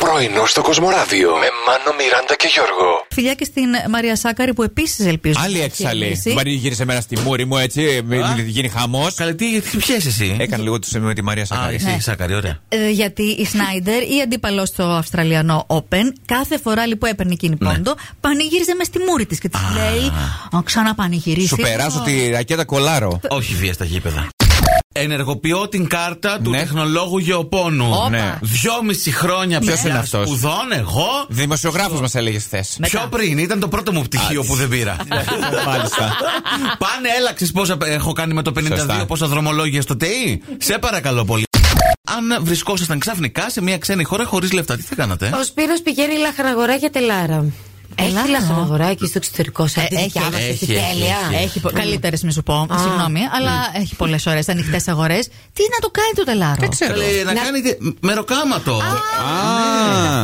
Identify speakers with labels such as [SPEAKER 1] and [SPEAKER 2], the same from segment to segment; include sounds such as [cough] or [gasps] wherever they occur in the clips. [SPEAKER 1] Πρωινό στο Κοσμοράδιο με Μάνο, Μιράντα και Γιώργο.
[SPEAKER 2] Φιλιά και στην Μαρία Σάκαρη που επίσης ελπίζω.
[SPEAKER 3] Άλλη
[SPEAKER 2] να
[SPEAKER 3] έξαλλη.
[SPEAKER 2] ξεκινήσει.
[SPEAKER 3] Μπορεί να γύρισε μέρα στη μούρη μου, έτσι. μην Γίνει χαμός.
[SPEAKER 4] Καλέ, τι, τι πιέσαι εσύ.
[SPEAKER 3] Έκανε λίγο του με τη Μαρία
[SPEAKER 4] Α,
[SPEAKER 3] Σακάρη.
[SPEAKER 4] εσύ,
[SPEAKER 2] Ναι.
[SPEAKER 4] Σάκαρη, ωραία.
[SPEAKER 2] Ε, γιατί η Σνάιντερ, η αντίπαλος στο Αυστραλιανό Open, κάθε φορά λοιπόν έπαιρνε εκείνη πόντο, πανηγύριζε μες στη μούρη της και της λέει: «Α, Ξαναπανηγυρίσει.
[SPEAKER 3] Σου περάσω τη ρακέτα κολάρο.
[SPEAKER 4] Όχι βία στα γήπεδα. Ενεργοποιώ την κάρτα του
[SPEAKER 3] Ναι.
[SPEAKER 4] τεχνολόγου γεωπόνου.
[SPEAKER 2] Όπα.
[SPEAKER 3] Ναι.
[SPEAKER 4] Δυόμιση χρόνια
[SPEAKER 3] Ποιος
[SPEAKER 4] πια
[SPEAKER 3] είναι αυτός?
[SPEAKER 4] σπουδών, εγώ.
[SPEAKER 3] Δημοσιογράφος μας έλεγες χθες.
[SPEAKER 2] Μετά.
[SPEAKER 4] Πιο πριν, ήταν το πρώτο μου πτυχίο που δεν πήρα.
[SPEAKER 3] ναι. Μάλιστα.
[SPEAKER 4] [laughs]
[SPEAKER 2] Ναι.
[SPEAKER 4] Πάνε έλαξε πόσα έχω κάνει με το 52,
[SPEAKER 3] Σωστά.
[SPEAKER 4] πόσα δρομολόγια στο ΤΕΙ. Σε παρακαλώ πολύ. Αν βρισκόσασταν ξαφνικά σε μια ξένη χώρα χωρίς λεφτά, τι θα κάνατε.
[SPEAKER 5] Ο Σπύρος πηγαίνει λαχαναγορά για τελάρα.
[SPEAKER 2] Τελάρα.
[SPEAKER 5] Έχει λαχαναγορά εκεί στο εξωτερικό
[SPEAKER 2] Ε,
[SPEAKER 5] σαν τη
[SPEAKER 2] έχει,
[SPEAKER 5] δικιά μας,
[SPEAKER 4] έχει,
[SPEAKER 5] στη
[SPEAKER 4] έχει,
[SPEAKER 5] τέλεια.
[SPEAKER 4] έχει.
[SPEAKER 2] Έχει καλύτερες, μη σου πω. Συγγνώμη, αλλά έχει πολλές ώρε ανοιχτές αγορές. Τι να το κάνει το τελάρο. Δεν
[SPEAKER 3] ξέρω.
[SPEAKER 4] Λέει, να, κάνετε μεροκάματο.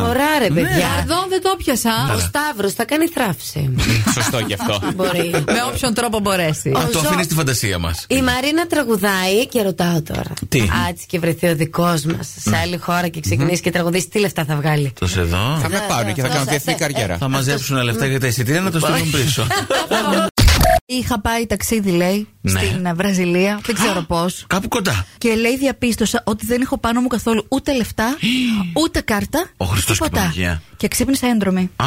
[SPEAKER 5] Ωραία ρε
[SPEAKER 2] ναι.
[SPEAKER 5] παιδιά.
[SPEAKER 2] δεν το πιασα.
[SPEAKER 5] Ο Σταύρος θα κάνει
[SPEAKER 2] [laughs]
[SPEAKER 5] θράψη.
[SPEAKER 3] Σωστό και αυτό.
[SPEAKER 5] Μπορεί.
[SPEAKER 2] με όποιον τρόπο μπορέσει.
[SPEAKER 4] Α, το
[SPEAKER 5] Ζω- Ε,
[SPEAKER 4] αφήνεις στη φαντασία μας.
[SPEAKER 5] Η Μαρίνα τραγουδάει και ρωτάω τώρα.
[SPEAKER 4] Τι?
[SPEAKER 5] Άτσι και βρεθεί ο δικός μας σε άλλη χώρα και ξεκινήσει και τραγουδήσει, τι λεφτά θα βγάλει.
[SPEAKER 4] Τους εδώ.
[SPEAKER 3] Θα
[SPEAKER 2] Ναι,
[SPEAKER 3] με πάρουν και θα κάνω
[SPEAKER 2] Ε,
[SPEAKER 3] διεθνή καριέρα.
[SPEAKER 4] Θα μαζέψουν λεφτά για τα εισιτήρια να το στείλουν πίσω.
[SPEAKER 2] Είχα πάει ταξίδι, λέει,
[SPEAKER 4] Ναι.
[SPEAKER 2] στην ε, Βραζιλία. Δεν ξέρω πώς.
[SPEAKER 4] Κάπου κοντά.
[SPEAKER 2] Και λέει, διαπίστωσα ότι δεν έχω πάνω μου καθόλου ούτε
[SPEAKER 4] [gasps]
[SPEAKER 2] λεφτά, ούτε κάρτα.
[SPEAKER 4] Ο Χριστός και η
[SPEAKER 2] τίποτα.
[SPEAKER 4] Παναγία.
[SPEAKER 2] Και ξύπνησα έντρομη.
[SPEAKER 4] Α,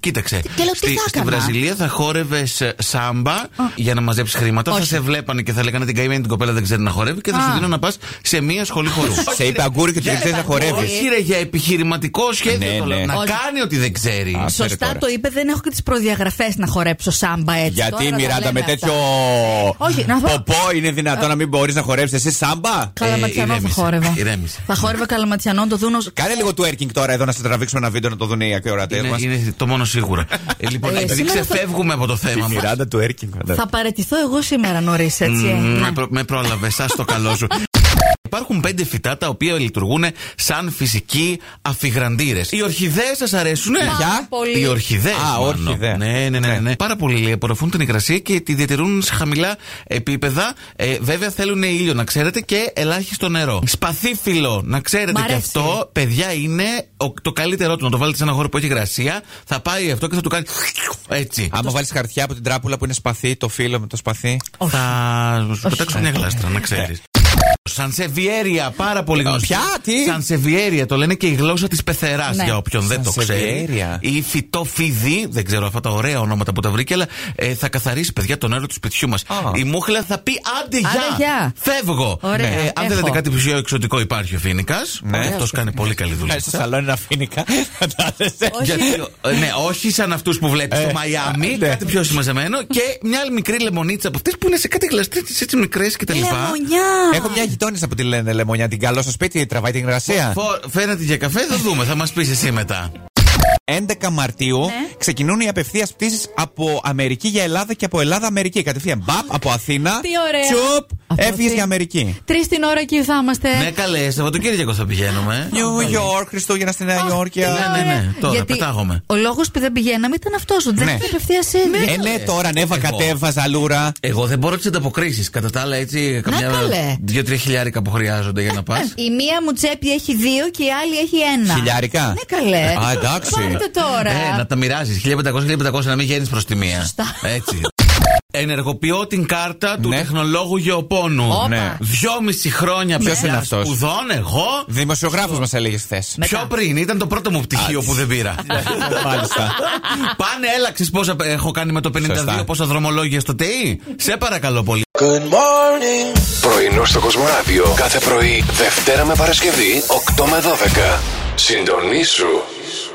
[SPEAKER 4] κοίταξε.
[SPEAKER 2] και λέω, τι θα
[SPEAKER 4] στη
[SPEAKER 2] έκανα?
[SPEAKER 4] Βραζιλία θα χόρευες σάμπα για να μαζέψεις χρήματα. Θα σε βλέπανε και θα λέγανε την καημένη την κοπέλα δεν ξέρει να χορεύει και θα σου δίνω να πας σε μία σχολή
[SPEAKER 2] [laughs]
[SPEAKER 4] χορού.
[SPEAKER 3] Σε είπε αγκούρι και του δεν να χορεύει.
[SPEAKER 4] Όχι, ρε, για επιχειρηματικό σχέδιο.
[SPEAKER 3] Ναι,
[SPEAKER 4] το λέω.
[SPEAKER 3] ναι.
[SPEAKER 4] Να
[SPEAKER 2] Όχι.
[SPEAKER 4] κάνει ότι δεν ξέρει.
[SPEAKER 3] Α, φέρε
[SPEAKER 2] Σωστά
[SPEAKER 3] τώρα.
[SPEAKER 2] το είπε, δεν έχω και τις προδιαγραφές να χορέψω σάμπα έτσι. Τώρα
[SPEAKER 3] Γιατί
[SPEAKER 2] τα
[SPEAKER 3] Μιράντα
[SPEAKER 2] λέμε
[SPEAKER 3] με
[SPEAKER 2] αυτά.
[SPEAKER 3] τέτοιο.
[SPEAKER 2] Όχι, να πω-
[SPEAKER 3] Ποπό είναι δυνατό να μην μπορείς να χορέψεις εσύ σάμπα.
[SPEAKER 2] Καλαματιανό θα
[SPEAKER 4] Ε, ηρέμησε,
[SPEAKER 2] χόρευα.
[SPEAKER 4] ηρέμησε.
[SPEAKER 2] Θα χόρευα καλαματιανό, το δούνος.
[SPEAKER 3] Κάνε λίγο twerking τώρα εδώ να σε τραβήξουμε ένα βίντεο να το δουν οι ακροατές
[SPEAKER 4] Είναι,
[SPEAKER 3] μας.
[SPEAKER 4] είναι το μόνο σίγουρα. Ε, λοιπόν,
[SPEAKER 2] Ε,
[SPEAKER 4] επειδή
[SPEAKER 2] σήμερα θα-
[SPEAKER 4] ξεφεύγουμε από το θέμα μας.
[SPEAKER 3] Μιράντα ναι. twerking.
[SPEAKER 2] Θα παρετηθώ εγώ σήμερα νωρίς, έτσι. ε.
[SPEAKER 4] Μμμ,
[SPEAKER 2] Ναι.
[SPEAKER 4] Με, προ, με πρόλαβες, σας το καλό σου. Υπάρχουν πέντε φυτά τα οποία λειτουργούν σαν φυσικοί αφιγραντήρες. Οι ορχιδέες σας αρέσουν, ε?
[SPEAKER 2] Πάρα πολύ.
[SPEAKER 4] Οι ορχιδέες.
[SPEAKER 3] Α, ορχιδέα.
[SPEAKER 4] Ναι, ναι, ναι,
[SPEAKER 3] Ναι.
[SPEAKER 4] ναι. Πάρα πολύ λέει, απορροφούν την υγρασία και τη διατηρούν σε χαμηλά επίπεδα. Ε, βέβαια θέλουν ήλιο, να ξέρετε, και ελάχιστο νερό. Σπαθίφυλλο, να ξέρετε
[SPEAKER 2] Μ'
[SPEAKER 4] και
[SPEAKER 2] αρέσει.
[SPEAKER 4] αυτό, παιδιά, είναι ο- το καλύτερό του. Να το βάλετε σε ένα χώρο που έχει υγρασία, θα πάει αυτό και θα του κάνει. Έτσι.
[SPEAKER 3] Άμα βάλεις χαρτιά από την τράπουλα που είναι σπαθί, το φύλλο με το σπαθί.
[SPEAKER 4] Θα σου πετάξω μια γλάστρα, να ξέρεις. Σανσεβιέρια, πάρα πολύ γνωστή.
[SPEAKER 3] Ποια, τι?
[SPEAKER 4] Σανσεβιέρια, το λένε και η γλώσσα της πεθεράς
[SPEAKER 2] Ναι.
[SPEAKER 4] για όποιον δεν το ξέρει.
[SPEAKER 3] Σανσεβιέρια.
[SPEAKER 4] Ή φυτόφιδι, δεν ξέρω αυτά τα ωραία ονόματα που τα βρήκε, αλλά ε, θα καθαρίσει, παιδιά, τον αέρα του σπιτιού μας.
[SPEAKER 3] Α.
[SPEAKER 4] Η μούχλα θα πει άντε γεια!
[SPEAKER 2] Άντε, γεια.
[SPEAKER 4] Φεύγω! Ε,
[SPEAKER 2] Ωραία, έχω.
[SPEAKER 4] αν θέλετε κάτι πιο εξωτικό, υπάρχει ο Φίνικας.
[SPEAKER 3] Ναι.
[SPEAKER 4] Αυτό κάνει πολύ καλή δουλειά.
[SPEAKER 3] Κάνε στο σαλόνι ένα φίνικα. Φαντάζεσαι.
[SPEAKER 2] Όχι.
[SPEAKER 4] Γιατί, ε, ναι, όχι σαν αυτούς που βλέπεις στο Μαϊάμι,
[SPEAKER 3] ναι.
[SPEAKER 4] κάτι πιο συμμαζεμένο και μια άλλη μικρή λεμονίτσα από αυτές που είναι σε κάτι γλαστρίτε έτσι μικρές κτλ.
[SPEAKER 2] Λεμονιά!
[SPEAKER 3] Έχω μια γειτόνισσα που τη λένε Λεμονιά, την καλό στο σπίτι, τραβάει την υγρασία.
[SPEAKER 4] Φο- Φαίνεται για καφέ, θα δούμε, θα μας πεις εσύ μετά.
[SPEAKER 3] 11 Μαρτίου
[SPEAKER 2] Ναι.
[SPEAKER 3] ξεκινούν οι απευθείας πτήσεις από Αμερική για Ελλάδα και από Ελλάδα-Αμερική. Κατευθείαν μπαπ από Αθήνα.
[SPEAKER 2] Τι ωραία.
[SPEAKER 3] Τσουπ,
[SPEAKER 2] Από
[SPEAKER 3] έφυγε
[SPEAKER 2] Αθήνα.
[SPEAKER 3] για Αμερική.
[SPEAKER 2] Τρεις την ώρα εκεί θα είμαστε.
[SPEAKER 4] ναι, καλέ, Σαββατοκύριακο θα πηγαίνουμε.
[SPEAKER 3] Νιου York, Χριστούγεννα στη Νέα Υόρκη.
[SPEAKER 4] ναι, ναι, ναι, τώρα πετάγομαι.
[SPEAKER 2] Ο λόγος που δεν πηγαίναμε ήταν αυτός. Δεν
[SPEAKER 3] Ναι.
[SPEAKER 2] ναι. απευθεία
[SPEAKER 3] Ε,
[SPEAKER 2] σύνδεση.
[SPEAKER 3] ναι, τώρα ανέβα,
[SPEAKER 4] Εγώ.
[SPEAKER 3] κατέβα, ζαλούρα.
[SPEAKER 4] Εγώ δεν μπορώ τις ανταποκρίσεις. Κατά τα άλλα, έτσι, καμιά
[SPEAKER 2] καλέ. Ε,
[SPEAKER 4] δύο-τρία χιλιάρικα που χρειάζονται για να πα.
[SPEAKER 2] Η μία μου τσέπη έχει δύο και η άλλη έχει ένα.
[SPEAKER 3] Χιλιάρικα.
[SPEAKER 2] Ναι, καλέ.
[SPEAKER 3] Α, εντάξει.
[SPEAKER 2] Πάρτε τώρα.
[SPEAKER 4] Ε, να τα μοιράζεις. 1500-1500 να μην γέρνεις προς τη μία.
[SPEAKER 2] Σωστά.
[SPEAKER 4] Έτσι. Ενεργοποιώ την κάρτα του
[SPEAKER 3] Ναι.
[SPEAKER 4] τεχνολόγου γεωπόνου.
[SPEAKER 2] Όπα.
[SPEAKER 3] Ναι.
[SPEAKER 4] Δυόμιση χρόνια
[SPEAKER 3] Ποιος
[SPEAKER 4] παιδιά
[SPEAKER 3] είναι αυτός?
[SPEAKER 4] Σπουδών, εγώ.
[SPEAKER 3] Δημοσιογράφος μας έλεγες χθες.
[SPEAKER 2] Μετά.
[SPEAKER 4] Πιο πριν, ήταν το πρώτο μου πτυχίο που δεν πήρα.
[SPEAKER 2] Ναι.
[SPEAKER 3] Μάλιστα.
[SPEAKER 2] [laughs]
[SPEAKER 4] Πάνε έλαξε πόσα έχω κάνει με το 52,
[SPEAKER 3] Σωστά.
[SPEAKER 4] πόσα δρομολόγια στο ΤΕΙ. Σε παρακαλώ πολύ.
[SPEAKER 1] Πρωινό στο Κοσμοράδιο κάθε πρωί, Δευτέρα με Παρασκευή, 8 με 12. Συντονίσου.